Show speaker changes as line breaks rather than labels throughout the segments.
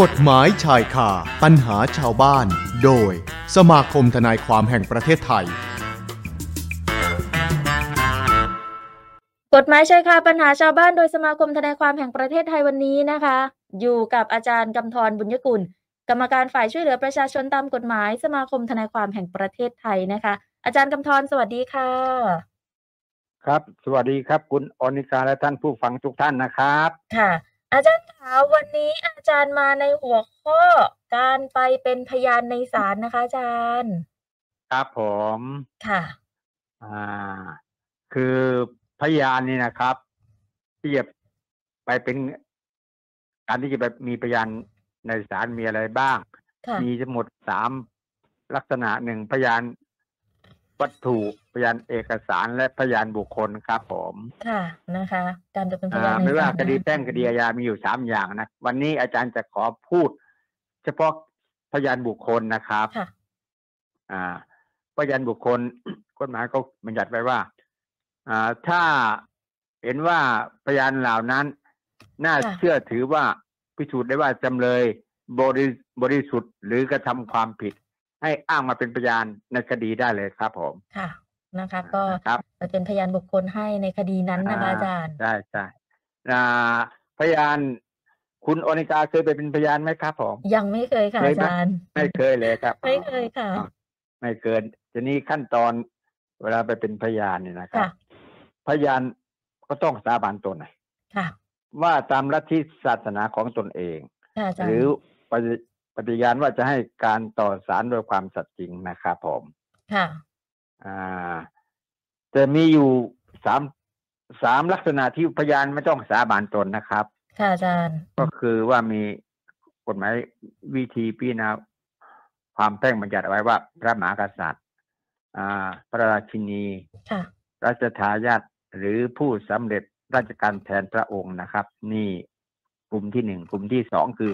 กฎหมายชายคาปัญหาชาวบ้าน โดย สมาคมทนายความแห่งประเทศไทย
กฎหมายชายคาปัญหาชาวบ้านโดยสมาคมทนายความแห่งประเทศไทยวันนี้นะคะ อยู่กับอาจารย์กำธรบุญยกุล กรรมการฝ่ายช่วยเหลือประชาชนตามกฎหมาย สมาคมทนายความแห่งประเทศไทยนะคะ อาจารย์กำธรสวัสดีค่ะ
ครับ สวัสดีครับ คุณอนิกาและท่านผู้ฟังทุกท่านนะครับ
ค่ะ อาจารย์คะวันนี้อาจารย์มาในหัวข้อการไปเป็นพยานในศาลนะคะ อาจารย์
ครับผม
ค่ะ
อ่าคือพยานนี่นะครับที่จะไปเป็นการที่จะไปมีพยานในศาลมีอะไรบ้าง
ค่ะ
มีทั้งหมดสามลักษณะหนึ่งพยานวัตถุพยานเอกสารและพยานบุคคลครับผม
ค่ะนะคะ การไปเป็นพยานในศา
อ่า
ล
ไม่ว่าคดี
นะ
แพ่งคดีอาญามีอยู่สามอย่างนะวันนี้อาจารย์จะขอพูด เฉพาะพยานบุคคลนะครับ
ค่ะ
อ่าพยานบุคคล กฎหมายก็บัญญัติไว้ว่า อ่า ถ้าเห็นว่าพยานเหล่านั้น น่า
ค่ะ
เชื่อถือว่าพิสูจน์ได้ว่าจำเลยบริบริสุทธิ์หรือกระทำความผิด ให้อ้างมาเป็นพยานในคดีได้เลยครับผม
ค่ะนะคะ ก็
ครับ
ไปเป็นพยานบุคคลให้ในคดีนั้นนะคะ
อ่า
อาจารย์
ได้ใช่อ่าพยานคุณอนิกาเคยไปเป็นพยานไหมครับผม
ยังไม่เคยค่ะ
เคย
อา
ไหม
จารย์
ไม่เคยเลยครับ
ไม่เคยค่ะ
อ่าไม่เกินทีนี้ขั้นตอนเวลาไปเป็นพยานเนี่ยนะครับ
ค่ะ
พยานก็ต้องสาบานตนนะ
ค่ะ
ว่าตามลัทธิศาสนาของตนเอง
ค่ะอาจาร
ห
ย์
รือปฏิปฏิญาณว่าจะให้การต่อสารโดยความสัตย์จริงนะครับผม
ค่ะ
อ่าแต่มีอยู่สามสามลักษณะที่พยานไม่ต้องสาบานตนนะครับ
ค่ะอาจารย์
ก็คือว่ามีกฎหมายวิธีพิจารณาความแพ่งบัญญัติเอาไว้ว่า พระมหากษัตริย์ อ่า พระราชินี
ค่ะ
รัชทายาทหรือผู้สำเร็จราชการแทนพระองค์นะครับ นี่กลุ่มที่หนึ่งกลุ่มที่สองคือ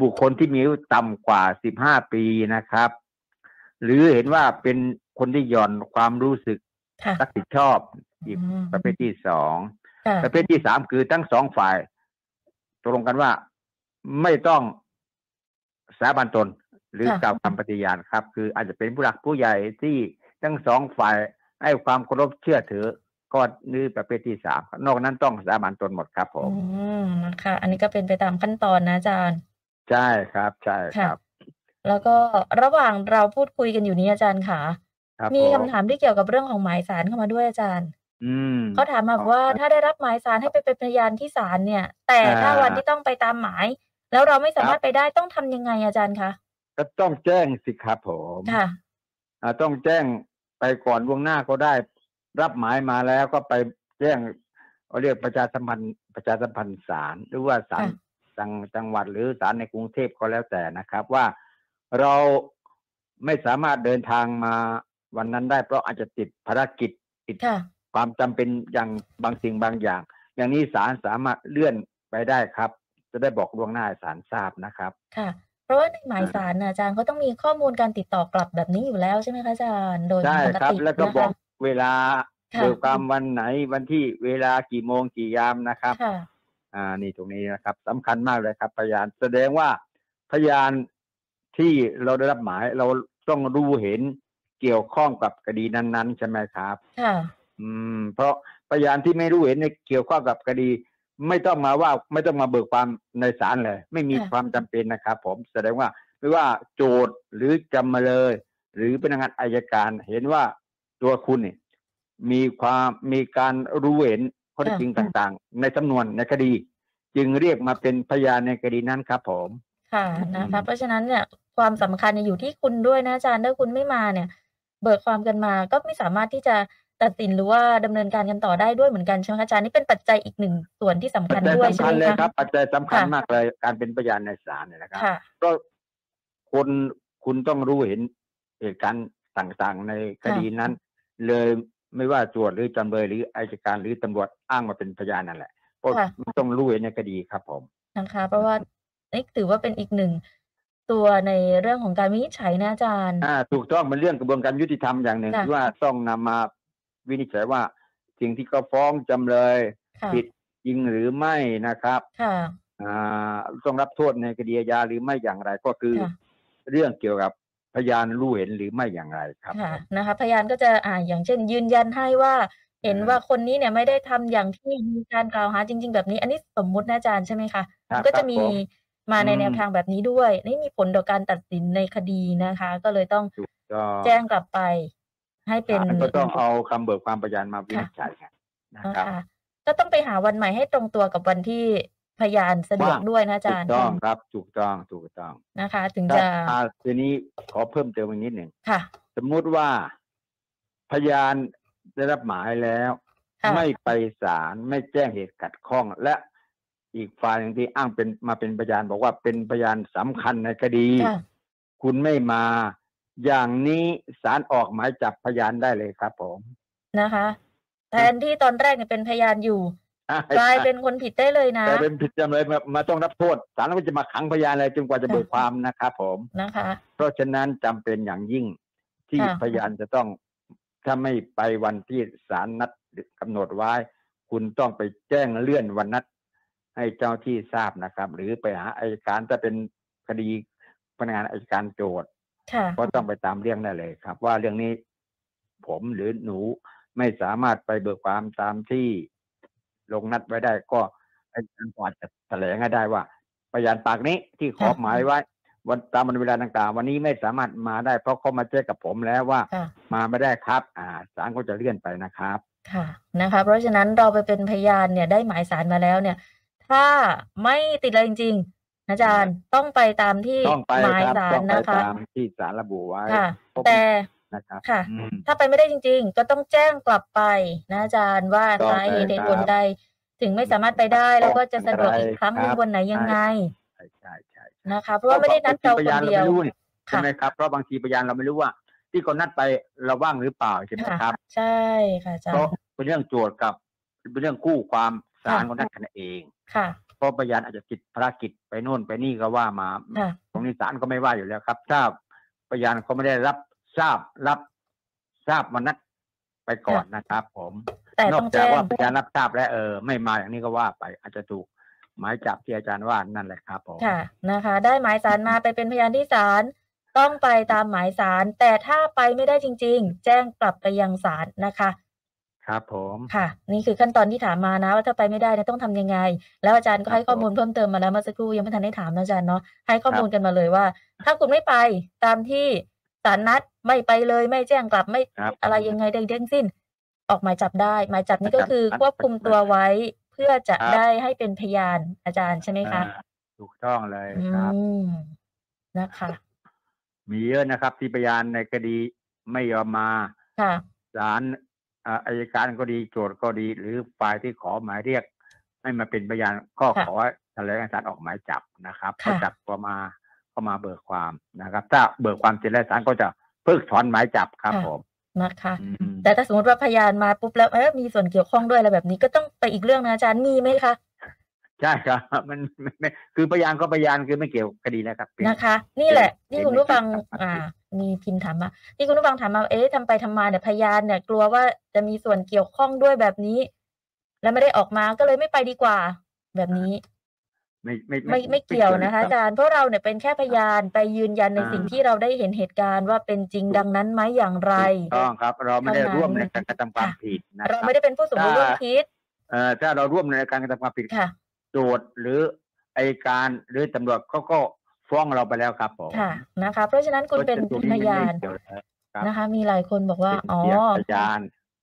บุคคลที่มีอายุต่ำกว่าสิบห้าปีนะครับ หรือเห็นว่าเป็นคนที่หย่อนความรู้สึก
ค่ะ
รับผิดชอบอีก
อืม
ประเภทที่สอง
ค่ะ
ประเภทที่สามคือทั้งสองฝ่ายตกลงกันว่าไม่ต้องสาบานตน หรือกล่าวคำปฏิญาณครับ คืออาจจะเป็นผู้หลักผู้ใหญ่ที่ทั้งสองฝ่ายให้ความเคารพเชื่อถือก็นี่ประเภทที่สามครับนอกนั้นต้องสาบานตนหมดครับผ
อื
ม
มนะคะอันนี้ก็เป็นไปตามขั้นตอนนะอาจารย์
ใช่ครับ ใช่ค
ค่ะ
รับ
แล้วก็ระหว่างเราพูดคุยกันอยู่นี้อาจารย์ค่ะ
ครับ
มี
ผ
คำถามที่เกี่ยวกับเรื่องของหมายสารเข้ามาด้วยอาจารย์
อืม
เขาถามมาว่า
ครับ
ถ้าได้รับหมายสารให้ไปเป็นพยานที่ศาลเนี่ย แต่ถ้า
อ่า
วันที่ต้องไปตามหมาย แล้วเราไม่สา
ครั
มาร
บ
ถไปได้ต้องทำยังไงอาจารย์คะ
ก็ต้องแจ้งสิครับผม
ค่ะ
อ่าต้องแจ้งไปก่อนล่วงหน้าก็ได้ รับหมายมาแล้วก็ไปแจ้งเขาเรียกประชาสัมพันธ์ประชาสัมพันธ์ศาลหรือว่าศาล
ค่ะ
จังจังหวัดหรือศาลในกรุงเทพก็แล้วแต่นะครับ ว่าเราไม่สามารถเดินทางมาวันนั้นได้เพราะอาจจะติดภารกิจติด
ค่ะ
ความจำเป็นอย่างบางสิ่งบางอย่าง อย่างนี้ศาลสามารถเลื่อนไปได้ครับ จะได้บอกล่วงหน้าให้ศาลทราบนะครับ
ค่ะ เพราะว่าในหมาย
อ่า
สารน่ะอาจารย์เขาต้องมีข้อมูลการติดต่อกลับแบบนี้อยู่แล้วใช่ไหมคะอาจารย์ โดย
ใช่
ปก
ครับ
ติ
แล้วก็
นะ
บอ
คะ
กเวลา
ค่ะ
เบิกความวันไหนวันที่เวลากี่โมงกี่ยามนะครับ
ค่ะ
อ่านี่ตรงนี้นะครับสำคัญมากเลยครับ พยานแสดงว่าพยานที่เราได้รับหมายเราต้องรู้เห็นเกี่ยวข้องกับคดีนั้นๆใช่ไหมครับ
ค่ะ
อืม เพราะพยานที่ไม่รู้เห็นในเกี่ยวข้องกับคดี ไม่ต้องมาว่าไม่ต้องมาเบิกความในศาลเลย ไม่มี
ค่ะ
ความจำเป็นนะครับผมแสดงว่าไม่ว่าโจทย์หรือจำเลย หรือพนักงานอายการ เห็นว่าตัวคุณเนี่ยมีความมีการรู้เห็นข้อเท็จจริงต่างๆ ในสำนวนในคดี จึงเรียกมาเป็นพยานในคดีนั้นครับผม
ค่ะ
อืม
นะคะ เพราะฉะนั้นเนี่ยความสำคัญเนี่ยอยู่ที่คุณด้วยนะอาจารย์ถ้าคุณไม่มาเนี่ย เบิกความกันมาก็ไม่สามารถที่จะตัดสินหรือว่าดำเนินการกันต่อได้ด้วยเหมือนกันใช่ไหมคะอาจารย์นี่เป็นปัจจัยอีกหนึ่งส่วนที่สำ
ปั
คั
จ
ญ
จัย
ด้วย
สำ
ใช่
คัญ
ไหม
เลยครั
คะ
บ ปัจจัยสำคัญ
ค่ะ
มากเลยการเป็นพยานในศาลเนี่ยนะครับ
ค่ะ
ก็คนคุณต้องรู้เห็นเหตุการณ์ต่างๆ ในคดีนั้น เลยไม่ว่าโจทย์หรือจำเลยหรืออายการหรือตำรวจอ้างมาเป็นพยานนั่นแหละก็
ค่ะ
ต้องรู้เห็นในคดีครับ ผม
นะคะ เพราะว่านี่ถือว่าเป็นอีกหนึ่งตัวในเรื่องของการวินิจฉัยนะอาจารย์
อ่า ถูกต้องเป็นเรื่องกระบวนการยุติธรรมอย่างหนึ่ง
ค่ะ
ที่ว่าต้องนำมาวินิจฉัยว่า สิ่งที่เขาฟ้องจำเลย
ค่ะ
ผิดจริงหรือไม่นะครับ
ค่ะ
อ อ่าต้องรับโทษในคดีอาญาหรือไม่อย่างไร ก็คือ
ค่ะ
เรื่องเกี่ยวกับพยานรู้เห็นหรือไม่อย่างไรครับ
ค่ะนะคะ พยานก็จะอ่าอย่างเช่น ยืนยันให้ว่าเห็น
อ่า
ว่าคนนี้เนี่ยไม่ได้ทำอย่างที่มีการกล่าวหาจริง ๆ แบบนี้ อันนี้สมมุตินะอาจารย์ใช่ไหมคะ
ค
มั
รับ
นก็
ครั
จะ
บ
มี
ผม
มาใน
อืม
แนวทางแบบนี้ด้วย นี่มีผลต่อการตัดสินในคดีนะคะ ก็เลยต้อง
ก็
แจ้งกลับไป ให้เป็น
ศาลก็ต้องเอาคำเบิกความพยานมาวินิจฉัยนะครับ
นะคะก็ต้องไปหาวันใหม่ให้ตรงตัวกับวันที่พยานสะดวก
ว่าง
ด้วยนะอา
ถู
จาก รย์
ต้องครับถูกต้องถูกต้อง
นะคะ ถึง
ถ้า
จะ
อ่าทีนี้ขอเพิ่มเติมอีกนิดหนึ่ง
ค่ะ
สมมุติว่าพยานได้รับหมายแล้ว
ค่ะ
ไม่ไปศาลไม่แจ้งเหตุขัดข้อง และอีกฝ่ายหนึ่งที่อ้างเป็นมาเป็นพยาน บอกว่าเป็นพยานสำคัญในคดี
ค่ะ
คุณไม่มา อย่างนี้ศาลออกหมายจับพยานได้เลยครับผม
นะคะ แทนที่ตอนแรกเนี่ยเป็นพยานอยู่ ก
ก
ลายเป็นคนผิดได้เลยนะ
ลายเป็นผิดจำเลยมามาต้องรับโทษศาลก็จะมาขังพยานอะไรจนกว่าจะเบิกความนะครับผม
นะคะ
เพราะฉะนั้นจำเป็นอย่างยิ่งที่
ค่ะ
พยานจะต้องถ้าไม่ไปวันที่ศาลนัดกำหนดไว้ คุณต้องไปแจ้งเลื่อนวันนัด ให้เจ้าที่ทราบนะครับ หรือไปหาอายการถ้าเป็นคดีพนักงานอายการโจทย์
ค่ะ
ก็ต้องไปตามเรื่องได้เลยครับ ว่าเรื่องนี้ผมหรือหนูไม่สามารถไปเบิกความตามที่ลงนัดไว้ได้ ก็อายการกว่าจจะแถลงให้ได้ว่าพยานปากนี้ที่ขอหมายไว้ วันตามวันเวลาต่างๆ วันนี้ไม่สามารถมาได้ เพราะเขามาแจ้งกับผมแล้วว่า
ค่ะ
มาไม่ได้ครับ อ่าศาลก็จะเลื่อนไปนะครับ
ค่ะนะคะเพราะฉะนั้นเราไปเป็นพยานเนี่ยได้หมายสารมาแล้วเนี่ย ถ้าไม่ติดอะไรจริงๆอาจารย์ต้องไปตามที่
ต้องไป
หมาย
ครับ
สา
ต้
ร
องไป
นะคะ
ตามที่ศาลระบุไว้
ค่ะ
พบ
แต่
นะครับ
ค่ะ
อืม
ถ้าไปไม่ได้จริงๆ ก็ต้องแจ้งกลับไปนะอาจารย์ว่า
ต้อง
สาเหตุ
ไป
เห
ครั
ตุ
บ
ผลใดถึงไม่สามารถไปได้ แล้วก็จะสะดวกอีกครั้งหนึ่ง
ครับ
วันไหนยังไง
ใช่ใช่ใช่
นะคะ เพราะว่าไม่ได้นัดเรา
พ
ค
ยาน นเรา
เดียว
ไม่รู้นี่ใช่
ค่ะ
ไหมครับเพราะบางทีพยานเราไม่รู้ว่า ที่คนนัดไปเราว่างหรือเปล่าใช่ไหมครับ
ใช่ค่ะอาจาร
เพราะ
ย์
เป็นเรื่องโจทย์กับเป็นเรื่องคู่ความศาล
ค่ะ
คนนัดกันเอง
ค่ะ
เพราะพยานอาจจะติดภารกิจไปโน่นไปนี่ก็ว่ามา
ค่ะ
ตรงนี้ศาลก็ไม่ว่าอยู่แล้วครับ ถ้าพยานเขาไม่ได้รับทราบรับทราบมานัดไปก่อนนะครับ ผม
แต่
น
ต้
อก
อง
จาก
แจ้ง
ว่าพยานรับทราบแล้วเออ ไม่มาอย่างนี้ก็ว่าไป อาจจะถูกหมายจับที่อาจารย์ว่านั่นแหละครับผม
ค่ะนะคะ ได้หมายสารมาไปเป็นพยานที่ศาลต้องไปตามหมายสาร แต่ถ้าไปไม่ได้จริง ๆ แจ้งกลับไปยังศาลนะคะ
ครับ ผม
ค่ะ นี่คือขั้นตอนที่ถามมานะ ว่าถ้าไปไม่ได้เนี่ยต้องทำยังไง แล้วอาจารย์ก็ให้ข้อมูลเพิ่มเติมมาแล้วเมื่อสักครู่ยังไม่ทันได้ถามนะอาจารย์เนาะให้ข้อมูลกันมาเลยว่า ถ้าคุณไม่ไปตามที่ศาลนัดไม่ไปเลย ไม่แจ้งกลับไม่
ครับ
อะไรยังไงใดๆทั้งสิ้น ออกหมายจับได้หมายจับนี่ก็
ครับ
คือควบคุมตัวไว้ เพื่อจะ
ครับ
ได้ให้เป็นพยานอาจารย์ใช่ไหมคะ
อ่าถูกต้องเลย
อื
ครับ
มนะคะ
มีเยอะนะครับ ที่พยานในคดีไม่ยอมมา
ค่ะ
ศาลอ่าอายการก็ดีโจทย์ก็ดี หรือฝ่ายที่ขอหมายเรียก ให้มาเป็นพยานก็
ค่ะ
ขอแถลงให้ศาลออกหมายจับนะครับ
ค่ะ
ก็จับก็มาก็มาเบิกความนะครับ ถ้าเบิกความเสร็จแล้วศาลก็จะเพิกถอนหมายจับครับผม
นะคะ
อืม
แต่ถ้าสมมติว่าพยานมาปุ๊บแล้วเอ๊ะมีส่วนเกี่ยวข้องด้วยอะไรแบบนี้ก็ต้องไปอีกเรื่องนะอาจารย์มีไหมคะ
ใช่ครับ มันไม่ไม่คือพยานก็พยานคือไม่เกี่ยวคดีนะครับเป็น
นะคะ นี่แหละที่
เป็น
คุณผู้ฟัง
เป็นเป็น
อ่า มีพิมพ์ถามมาที่คุณผู้ฟังถามมาเอ๊ะทำไปทำมาเนี่ยพยานเนี่ย กลัวว่าจะมีส่วนเกี่ยวข้องด้วยแบบนี้ แล้วไม่ได้ออกมาก็เลยไม่ไปดีกว่า แบบนี้
ไม่ไม่
ไม่ไม่เกี่ยวนะคะ
รับ
อาจารย์เพราะเราเนี่ยเป็นแค่พยานไปยืนยันใน
อ่า
สิ่งที่เราได้เห็นเหตุการณ์ว่าเป็นจริงดังนั้นไหมอย่างไร
ถูกต้องครับ เราไม่ได้ร่วมในการกระทำความ
ค่ะ
ผิดนะค
เรา
รับ
ไม่ได้เป็นผู้สมรู้ร่วมคิด
เอ่อถ้าเราร่วมในการกระทำความผิด
ค่ะ
โจทย์หรืออัยการหรือตำรวจเขาก็ฟ้องเราไปแล้วครับผม
ค่ะนะคะ เพราะฉะนั้นคุณเป็น
พราะฉะ
พยาน
ไม่เกี่วเลยครับ
นะคะ มีหลายคนบอกว่า
เป็น
อ๋อ
เพียงพยาน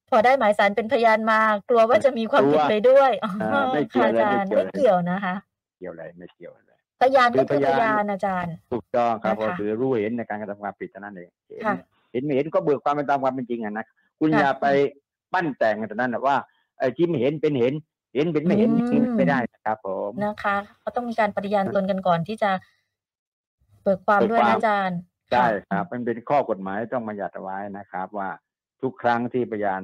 พอได้หมายสารเป็นพยานมา กลัวว่าจะมีความผิดไปด้วยอ๋อ
เออไม่เกี่
ค่ะ
ยว
อาจา
เลย
รย์
ไม่
ไม่
เกี่
เกี่ย
ยว ว
นะคะ
เกี่ยวอะไรไม่เกี่ยวอะไร
พยาน
คื
ก็
อ
คือพ
พยาน
ยานอาจารย์
ถูกต้องครับ
นะคะ
ก็คือรู้เห็นในการกระทำความผิดเท่านั้นเองเห็น
ค่ะ
เห็นไม่เห็นก็เบิกความเป็นตามความเป็นจริงอะนะคุณ
ค่ะ
อย่าไปปั้นแต่งกันแต่นั้นนะว่าไอ้ที่ไม่เห็นเป็นเห็น เห็นเป็นไม่เห็น
อืม
ไม่ได้นะครับ ผม
นะคะก็ต้องมีการปฏิญาณตนกันก่อนที่จะเปิดความด้วยนะอาจารย์
ใช่ครับ มันเป็นข้อกฎหมายต้องบัญญัติเอาไว้นะครับ ว่าทุกครั้งที่พยาน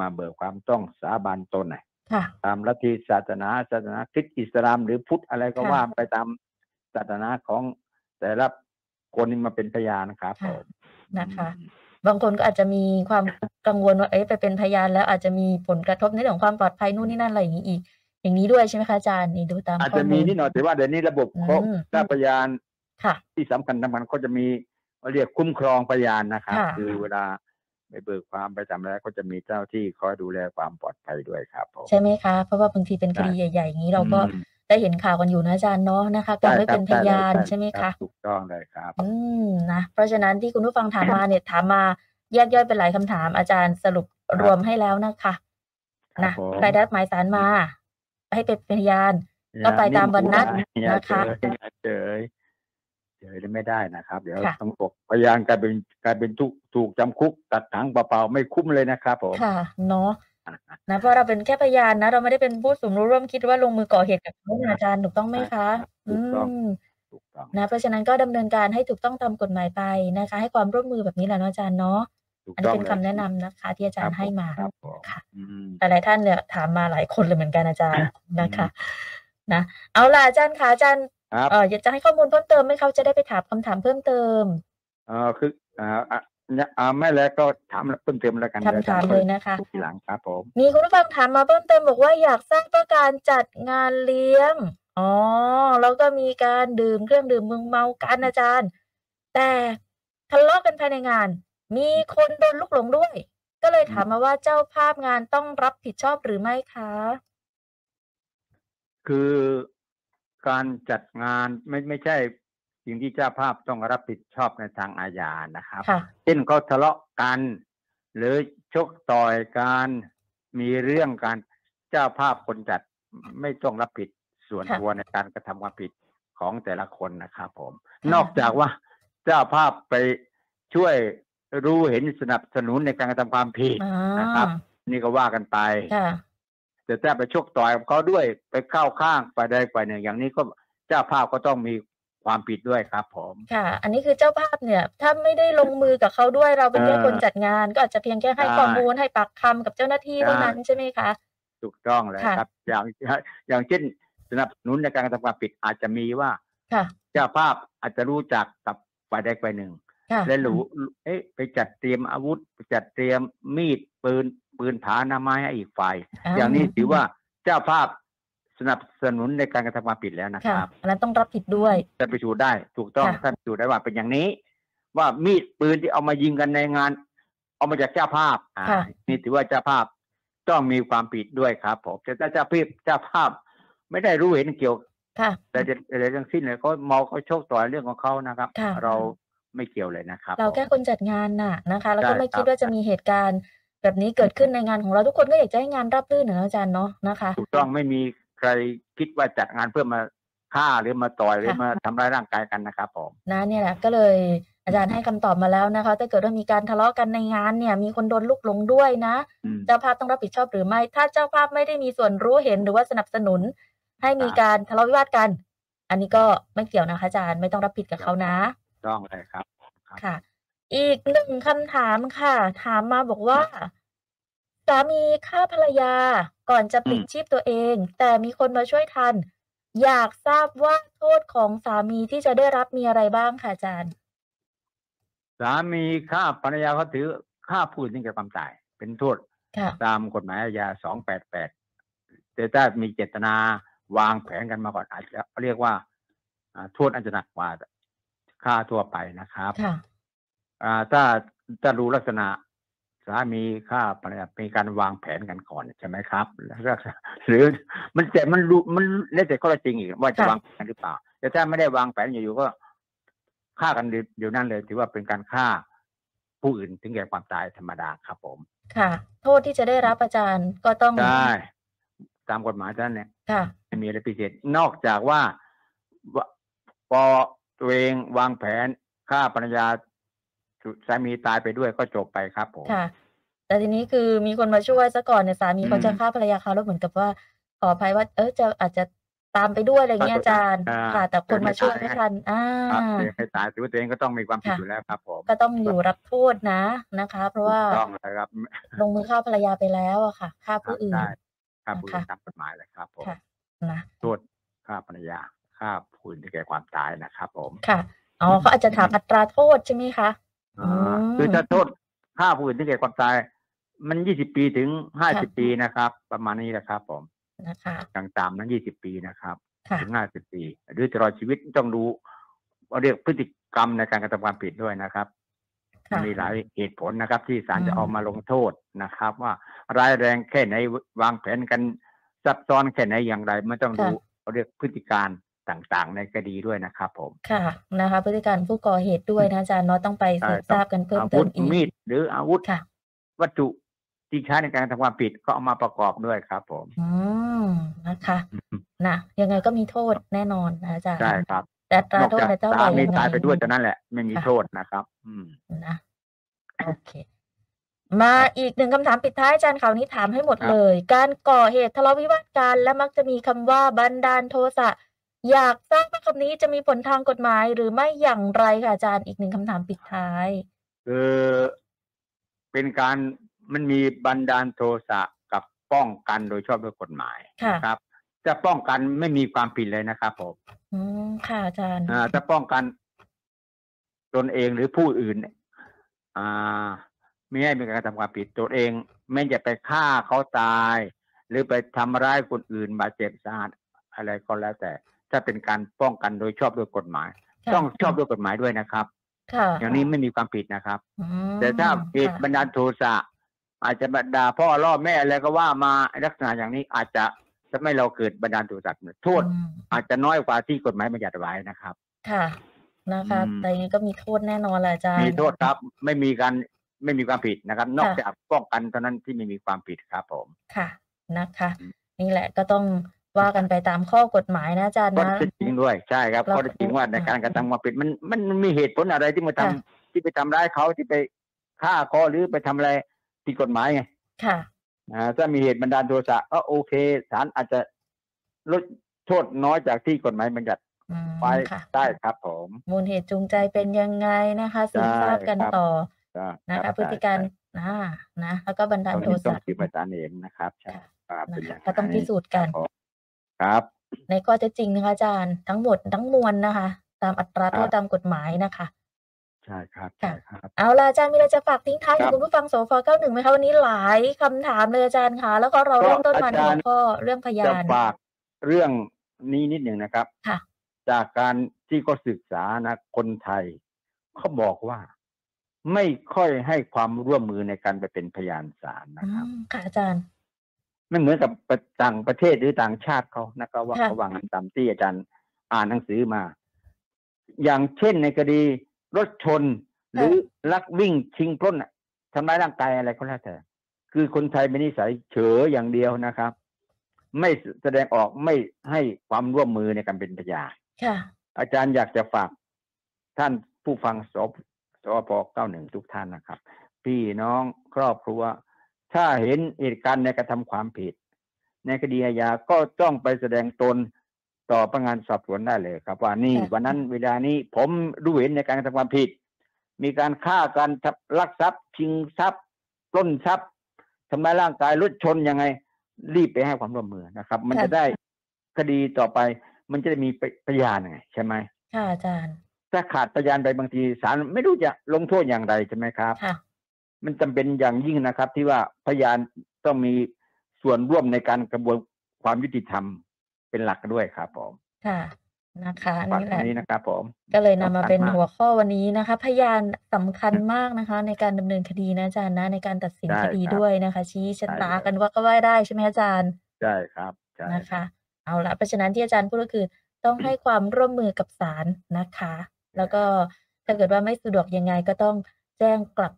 มาเบิกความต้องสาบานตนนะ
ค่ะ
ตามลัทธิศาสนาศาสนาคริสต์อิสลาม หรือพุทธอะไรก็
ค่ะ
ว่าไปตามศาสนาของแต่ละคนนี่มาเป็นพยานครับผ
ค่ะ
ม
นะคะ
อืม
บางคนก็อาจจะมีความกังวลว่าเอ๊ะไปเป็นพยานแล้วอาจจะมีผลกระทบในเรื่องของความปลอดภัยนู่นนี่นั่นอะไรอย่างนี้อีก อย่างนี้ด้วยใช่ไหมคะอาจารย์นี่ดูตาม
อาจ
ข้อ
จะมี
มูล
นิดหน่อยแต่ว่าเดี๋ยวนี้ระบบ
อืม
เขาทราบพยาน
ค่ะ
ที่สำคัญสำคัญก็จะมีเรียกคุ้มครองพยานนะครับ
ค่ะ
คือเวลาไปเบิกความไปจำแล้วก็จะมีเจ้าที่คอยดูแลความปลอดภัยด้วยครับผม
ใช่ไหมคะ เพราะว่าบางทีเป็นค
ใช่
ดีใหญ่ๆอย่างนี้เราก็
อืม
ได้เห็นข่าวกันอยู่นะอาจารย์เนาะนะคะการไม่เป็นพ
ใช่
ยา
ครับ
นใช่ไหม
รั
คะ
บถูกต้องเลยครับ
อืมนะเพราะฉะนั้นที่คุณผู้ฟังถามมาเนี่ยถามมาแยกย่อยเป็นหลายคำถาม อาจารย์สรุปรวมให้แล้วนะคะ
ครั
นะ
บผม
ใครได้รับหมายสารมา ให้เป็นพยาน ก็ไปตามวันนัด
อย่า
นะคะ
เฉยอย่าเฉยเฉยไม่ได้นะครับ เดี๋ยว
ค่ะ
ต้องปกพยานกลายเป็นกลายเป็นถูกถูกจำคุก ตัดถังเปล่าๆไม่คุ้มเลยนะครับผม
ค่ะเนาะนะเพราะเราเป็นแค่พยานนะ เราไม่ได้เป็นผู้สมรู้ร่วมคิดว่าลงมือก่อเหตุกับเขานะอาจารย์ถูกต้องไหมคะ
ถูกต้อง
อืม
ถูกต้อง
นะเพราะฉะนั้นก็ดำเนินการให้ถูกต้องตามกฎหมายไปนะคะ ให้ความร่วมมือแบบนี้แหละเนาะอาจารย์เนาะ
ถูก
อัน
ต้
นี้
อง
เป็นคำแนะนำนะคะ ที่อาจารย์ให้มา
ครับผม
ค่ะ
อืม
หลายๆท่านเนี่ยถามมาหลายคนเลยเหมือนกันอาจารย์ นะคะ
อื
นะเอาล่ะอาจารย์คะอาจารย์
ครับ
เอออยากจะให้ข้อมูลเพิ่มเติมไหมเขาจะได้ไปถามคำถามเพิ่มเติม
เออคืออ่าอ่ะเนี่ยอ่าไม่แล้วก็ถามเพิ่มเติมแล้วกัน
คำถามเลยนะคะ
ทีหลังครับผม
มีคุณผู้ฟังถามมาเพิ่มเติมบอกว่าอยากทราบว่าการจัดงานเลี้ยงอ๋อแล้วก็มีการดื่มเครื่องดื่มมึงเมากันอาจารย์ แต่ทะเลาะกันภายในงาน มีคนโดนลุกหลงด้วย ก็เลยถามมาว่าเจ้าภาพงานต้องรับผิดชอบหรือไม่คะ
คือการจัดงานไม่ไม่ใช่สิ่งที่เจ้าภาพต้องรับผิดชอบในทางอาญานะครับ
ค่ะ
เช่นเขาทะเลาะกัน หรือชกต่อยกันมีเรื่องกันเจ้าภาพคนจัดไม่ต้องรับผิดส่วน
ค่ะ
ตัวในการกระทำความผิดของแต่ละคนนะครับผม
ค่ะ
นอกจากว่าเจ้าภาพไปช่วยรู้เห็นสนับสนุนในการกระทำความผิด
อ่า
นะครับ นี่ก็ว่ากันไป
ค่ะ
แต่ถ้าไปชกต่อยกับเขาด้วยไปเข้าข้างฝ่ายใดฝ่ายหนึ่งอย่างนี้ก็เจ้าภาพก็ต้องมีความผิดด้วยครับผม
ค่ะ อันนี้คือเจ้าภาพเนี่ย ถ้าไม่ได้ลงมือกับเขาด้วยเราเป็นแค่
เออ
คนจัดงาน ก็อาจจะเพียงแค่ให้ข้อ
ใช่
มูลให้ปากคำกับเจ้าหน้าที่
ใช่
เท่านั้นใช่ไหมคะ
ถูกต้องเลย
ค่ะ
ครับ อย่าง อย่างเช่นสนับสนุนในการกระทำความผิดอาจจะมีว่า
ค่ะ
เจ้าภาพอาจจะรู้จักกับฝ่ายใดฝ่ายหนึ่ง
ค่ะ
และรู้เอ๊ะไปจัดเตรียมอาวุธไปจัดเตรียมมีดปืนปืนผาหน้าไม้ให้อีกฝ่าย อย่างนี้ถือว่าเจ้าภาพสนับสนุนในการกระทำความผิดแล้วนะค
ค่ะ
รับ
อันนั้นต้องรับผิดด้วย
จะไปสูจน์ได้ถูกต้อง
ค่ะ
ถ้าพิสูจน์ได้ว่าเป็นอย่างนี้ ว่ามีดปืนที่เอามายิงกันในงาน เอามาจากเจ้าภาพอ่านี่ถือว่าเจ้าภาพต้องมีความผิดด้วยครับผมแต่ถ้าเจ้าภาพเจ้าภาพ ไม่ได้รู้เห็นเกี่ยว
ค่ะ
แต่จะอะไรทั้งสิ้นเลยเขาเมาเขาโชคต่อยเรื่องของเขานะครับ
ค่ะ
เราไม่เกี่ยวเลยนะครับ
เราแค่
ผม
คนจัดงานน่ะนะคะ แล้วก็
ใช่
ไม่
ครับ
คิดว่าจะมีเหตุการณ์ แบบนี้เกิดขึ้นในงานของเราทุกคนก็อยากจะให้งานราบรื่นนะอาจารย์เนาะนะคะ
ถูกต้องไม่มีใครคิดว่าจัดงานเพื่อมาฆ่าหรือมาต่อยหรือ
ค่ะ
มาทำร้ายร่างกายกันนะครับผม
นะเนี่ยแหละก็เลยอาจารย์ให้คำตอบมาแล้วนะคะ ถ้าเกิดว่ามีการทะเลาะกันในงานเนี่ย มีคนโดนลุกหลงด้วยนะ
อืม
เจ้าภาพต้องรับผิดชอบหรือไม่ ถ้าเจ้าภาพไม่ได้มีส่วนรู้เห็นหรือว่าสนับสนุน ให้มี
ครับ
การทะเลาะวิวาทกัน อันนี้ก็ไม่เกี่ยวนะคะอาจารย์ไม่ต้องรับผิดกับเขานะ
ถูกต้องเลยครับ ครับ
ค่ะ อีกหนึ่งคำถามค่ะ ถามมาบอกว่าสามีฆ่าภรรยาก่อนจะปลิดชีพตัวเอง แต่มีคนมาช่วยทัน อยากทราบว่าโทษของสามีที่จะได้รับมีอะไรบ้างค่ะอาจารย์
สามีฆ่าภรรยาเขาถือฆ่าผู้อื่นถึงแก่ความตาย เป็นโทษ
ค่ะ
ตามกฎหมายอาญา 288 แต่ถ้ามีเจตนาวางแผนกันมาก่อนอาจจะเรียกว่าอ่าโทษอาจจะหนักกว่าฆ่าทั่วไปนะครับ
ค่ะ
อ่าถ้าถ้ารู้ลักษณะ สามีฆ่าภรรยาเป็นการวางแผนกันก่อนใช่ไหมครับแล้วก็หรือมันแต่มันรู้มันแล้วแต่ข้อเท็จจริงอีกว่าจะ
ค่ะ
วางแผนหรือเปล่า แต่ถ้าไม่ได้วางแผนอยู่ๆก็ฆ่ากันเดี๋ยวเดี๋ยวนั้นเลย ถือว่าเป็นการฆ่าผู้อื่นถึงแก่ความตายธรรมดาครับผม
ค่ะ โทษที่จะได้รับอาจารย์ก็ต้อง
ได้ ตามกฎหมายเท่านั้นเนี่ย
ค่ะ
ไม่มีอะไรพิเศษนอกจากว่าว่าพอตัวเองวางแผนฆ่าภรรยาสามีตายไปด้วยก็จบไปครับผม
ค่ะ แต่ทีนี้คือมีคนมาช่วยซะก่อนเนี่ยสามี
อืม
เขาจะฆ่าภรรยาเขาแล้วเหมือนกับว่า ขออภัยว่า เออจะอาจจะตามไปด้วยอะไรเงี้ยอาจารย์ ค่ะ แต่คนมาช่วยไม่ทันอ่า
ครับตัวเองไม่ตายถือว่าตัวเองก็ต้องมีความผิด
ค่ะ
อยู่แล้วครับผม
ก็ต้องอยู่รับโทษนะนะคะ เพราะว่า
ถูกต้องเลยครับ
ลงมือฆ่าภรรยาไปแล้วอะค่ะฆ่าผู้อื่น
ได้ครับผู้อื่น
นะคะ
ตามกฎหมายเลยครับผม
ค่ะนะ
โทษฆ่าภรรยาฆ่าผู้อื่นถึงแก่ความตายนะครับผม
ค่ะอ๋อเขาอาจจะถามอัตราโทษใช่ไหมคะ อืม
อ่าคือถ้าโทษฆ่าผู้อื่นถึงแก่ความตาย มันยี่สิบปีถึงห้าสิบ
ค่ะ
ปีนะครับ ประมาณนี้แหละครับผม
นะคะ
อย่างตามนั้นยี่สิบปีนะครับ
ค่ะ
ถึงห้าสิบปีหรือตลอดชีวิตต้องดูว่าเรียกพฤติกรรมในการกระทำความผิดด้วยนะครับ
ค่ะ
มีหลายเหตุผลนะครับ ที่ศาล
อืม
จะเอามาลงโทษนะครับ ว่าร้ายแรงแค่ไหนวางแผนกันซับซ้อนแค่ไหนอย่างไรไม่ต้องดูเรียกพฤติการต่างๆ ในคดีด้วยนะครับผม
ค่ะ นะคะ พฤติการผู้ก่อเหตุด้วยนะอาจารย์เนาะต้องไปสืบท
ใช่ต้อง
ราบกันเพิ่ม
อา
เติ
วุ
ม
ธ
อีก
มีดหรืออาวุธ
ค่ะ
วัตถุที่ใช้ในการกระทำความผิดก็เอามาประกอบด้วยครับ ผม
อืมนะคะ นะ ยังไงก็มีโทษแน่นอนนะอาจารย์
ใช่ครับ
แต่อัตราน
อก
โทษ
จาก
ในเจ้า
สา
บ่าว
มี
ยังไง
ตายไปด้วยเท่านั้นแหละไม่มี
ค่ะ
โทษนะครับ อืม
นะ โอเค มาอีกหนึ่งคำถามปิดท้ายอาจารย์ข่าวนี้ถามให้หมด
ครับ
เลย การก่อเหตุทะเลาะวิวาทกันและมักจะมีคำว่าบันดาลโทสะอยากทราบว่าคำนี้จะมีผลทางกฎหมายหรือไม่อย่างไรค่ะอาจารย์อีกหนึ่งคำถามปิดท้าย
คือเป็นการมันมีบันดาลโทสะกับป้องกันโดยชอบด้วยกฎหมาย
ค่ะ
นะครับจะป้องกันไม่มีความผิดเลยนะครับผม
อืมค่ะอาจารย์
อ่าจะป้องกันตนเองหรือผู้อื่นอ่าไม่ให้มีการกระทำความผิดตัวเอง ไม่จะไปฆ่าเขาตาย หรือไปทำร้ายคนอื่นบาดเจ็บสาหัสอะไรก็แล้วแต่ ถ้าเป็นการป้องกันโดยชอบด้วยกฎหมาย
ค่ะ
ต้องชอบด้วยกฎหมายด้วยนะครับ
ค่ะ
อย่างนี้ไม่มีความผิดนะครับ
อืม
แต่ถ้าเหตุ
ค่ะ
บันดาลโทสะอาจจะบันดาพ่อล่อแม่อะไรก็ว่ามาลักษณะอย่างนี้อาจจะทำให้เราเกิดบันดาลโทสะโทษ
อืม
อาจจะน้อยกว่าที่กฎหมายบัญญัติไว้นะครับ
ค่ะ นะคะ
อืม
แต่ยังไงก็มีโทษแน่นอนแหละอาจารย์
มีโทษครับไม่มีการไม่มีความผิดนะครับ นอก
ค่ะ
จากป้องกันเท่านั้นที่ไม่มีความผิดครับผม
ค่ะนะคะ
อืม
นี่แหละก็ต้องว่ากันไปตามข้อกฎหมายนะอาจารย์
ก็
นะ
จริงด้วยใช่ครับ
เรา
ก็จริงว่าในการกระทำความผิดมันมันมันมีเหตุผลอะไรที่มาทำ
ค่ะ
ที่ไปทำร้ายเขาที่ไปฆ่าเขาหรือไปทำอะไรผิดกฎหมายไง
ค่ะ
อ่าถ้ามีเหตุบันดาลโทสะก็โอเคศาลอาจจะลดโทษน้อยจากที่กฎหมายบัญญัติ
อืม
ไว้
ค่ะ
ได้ครับผม
มูลเหตุจูงใจเป็นยังไงนะคะสืบ
ใช่
ทราบกัน
ครับ
ต่อ
ก็
นะ
ค
คะ
บ
พฤติการอ่านะแล้วก็บันดาล
ใช่ตอน
โท
นี้ต้อง
สะ
คิดมาศาลเองนะครับ
ค่ะ
ครับเป็น
นะคะ
ย่า
ก็ต้องพิสูจน์กัน
ครับ
ในข้อเท็จจริงนะคะอาจารย์ทั้งหมดทั้งมวลนะคะ ตามอัตราโทษ
ครับ
ตามกฎหมายนะคะ
ใช่ครับ
ค่ะ
ใช่ครับ
เอาล่ะอาจารย์มีอะไรจะฝากทิ้งท้าย
ครั
ถึงคุ
บ
ณผู้ฟังโสฟ91ไหมคะวันนี้หลายคำถามเลยอาจารย์ค่ะ แล้วก็เรา
ก็
เริ่มต้นมาใน
อาจารย์
หัวข้อเรื่องพยา
จะ
น
ฝากเรื่องนี้นิดหนึ่งนะครับ
ค่ะ
จากการที่ก็ศึกษานะคนไทยเขาบอกว่า ไม่ค่อยให้ความร่วมมือในการไปเป็นพยานศาล
อื
นะครับ
มค่ะอาจารย์
ไม่เหมือนกับประต่างประเทศหรือต่างชาติเขานะครับว่า
ค่ะ
เขาวางตามที่อาจารย์อ่านหนังสือมา อย่างเช่นในคดีรถชน หรือลักวิ่งชิงปล้นน่ะทำร้ายร่างกายอะไรก็แล้วแต่ คือคนไทยเป็นนิสัยเฉยอย่างเดียวนะครับ ไม่แสดงออกไม่ให้ความร่วมมือในการเป็นพยาน
ค่ะ
อาจารย์อยากจะฝากท่านผู้ฟังสอสอพเก้าหนึ่งทุกท่านนะครับ พี่น้องครอบครัว ถ้าเห็นเหตุการณ์ในกระทำความผิด ในคดีอาญาก็ต้องไปแสดงตนต่อพนักงานสอบสวนได้เลยครับ ว่านี่
ค่ะ
วันนั้นเวลานี้ผมรู้เห็นในการกระทำความผิด มีการฆ่ากันทับลักทรัพย์ชิงทรัพย์ปล้นทรัพย์ทำลายร่างกายรถชนยังไง รีบไปให้ความร่วมมือนะครับ มันจะได้คดีต่อไป มันจะได้มีพยานไงใช่ไหม
ค่ะอาจารย์
ถ้าขาดพยานไปบางทีศาลไม่รู้จะลงโทษอย่างไรใช่ไหมครับ
ค่ะ
มันจำเป็นอย่างยิ่งนะครับ ที่ว่าพยานต้องมีส่วนร่วมในการกระบวนความยุติธรรมเป็นหลักด้วยครับผม
ค่ะนะคะ
ฝาก
นี่แห
ตรง
ละ
นี้นะครับผม
ก็เลยนำมาเป็น
สำคัญมาก
หัวข้อวันนี้นะคะ พยานสำคัญมากนะคะ ในการดำเนินคดีนะอาจารย์นะในการตัดสิน
ใช่
คดี
ครับ
ด้วยนะคะ ชี้ชะตา
ใช่เลย
กันว่าก็ว่าได้ใช่ไหมอาจารย์
ใช่ครับใช่
นะคะ เอาละเพราะฉะนั้นที่อาจารย์พูดก็คือต้องให้ความร่วมมือกับศาลนะคะ แล้วก็ถ้าเกิดว่าไม่สะดวกยังไงก็ต้องแจ้งกลับ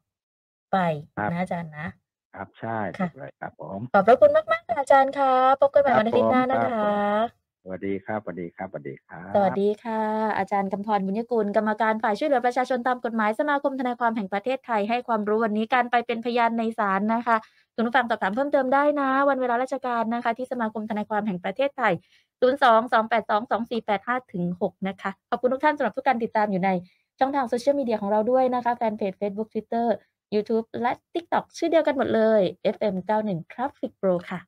ไป
ครับ
นะอาจารย์นะ
ครับใช่
ค่ะ
ถูกเลยครับผม
ขอบพระคุณมากๆค่ะอาจารย์ค่ะพบกันใหม่
ครับ
วันอาทิตย์หน้านะ
ผมครั
คะ
บ สวัสดีครับสวัสดีครับสวัสดีครับ
สวัสดีค่ะ อาจารย์กำธรบุญยกุลกรรมการฝ่ายช่วยเหลือประชาชนตามกฎหมายสมาคมทนายความแห่งประเทศไทยให้ความรู้วันนี้การไปเป็นพยานในศาลนะคะคุณผู้ฟังสอบถามเพิ่มเติมได้นะ วันเวลาราชการนะคะ ที่สมาคมทนายความแห่งประเทศไทย 0 2 2 8 2 2 4 8 5ถึง6นะคะ ขอบคุณทุกท่านสำหรับทุกการติดตามอยู่ในช่องทางโซเชียลมีเดียของเราด้วยนะคะแฟนเพจ Facebook Twitter YouTube และ TikTok ชื่อเดียวกันหมดเลย FM 91 Traffic Pro ค่ะ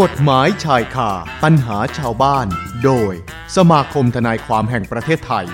กฎหมายชายคาปัญหาชาวบ้าน โดยสมาคมทนายความแห่งประเทศไทย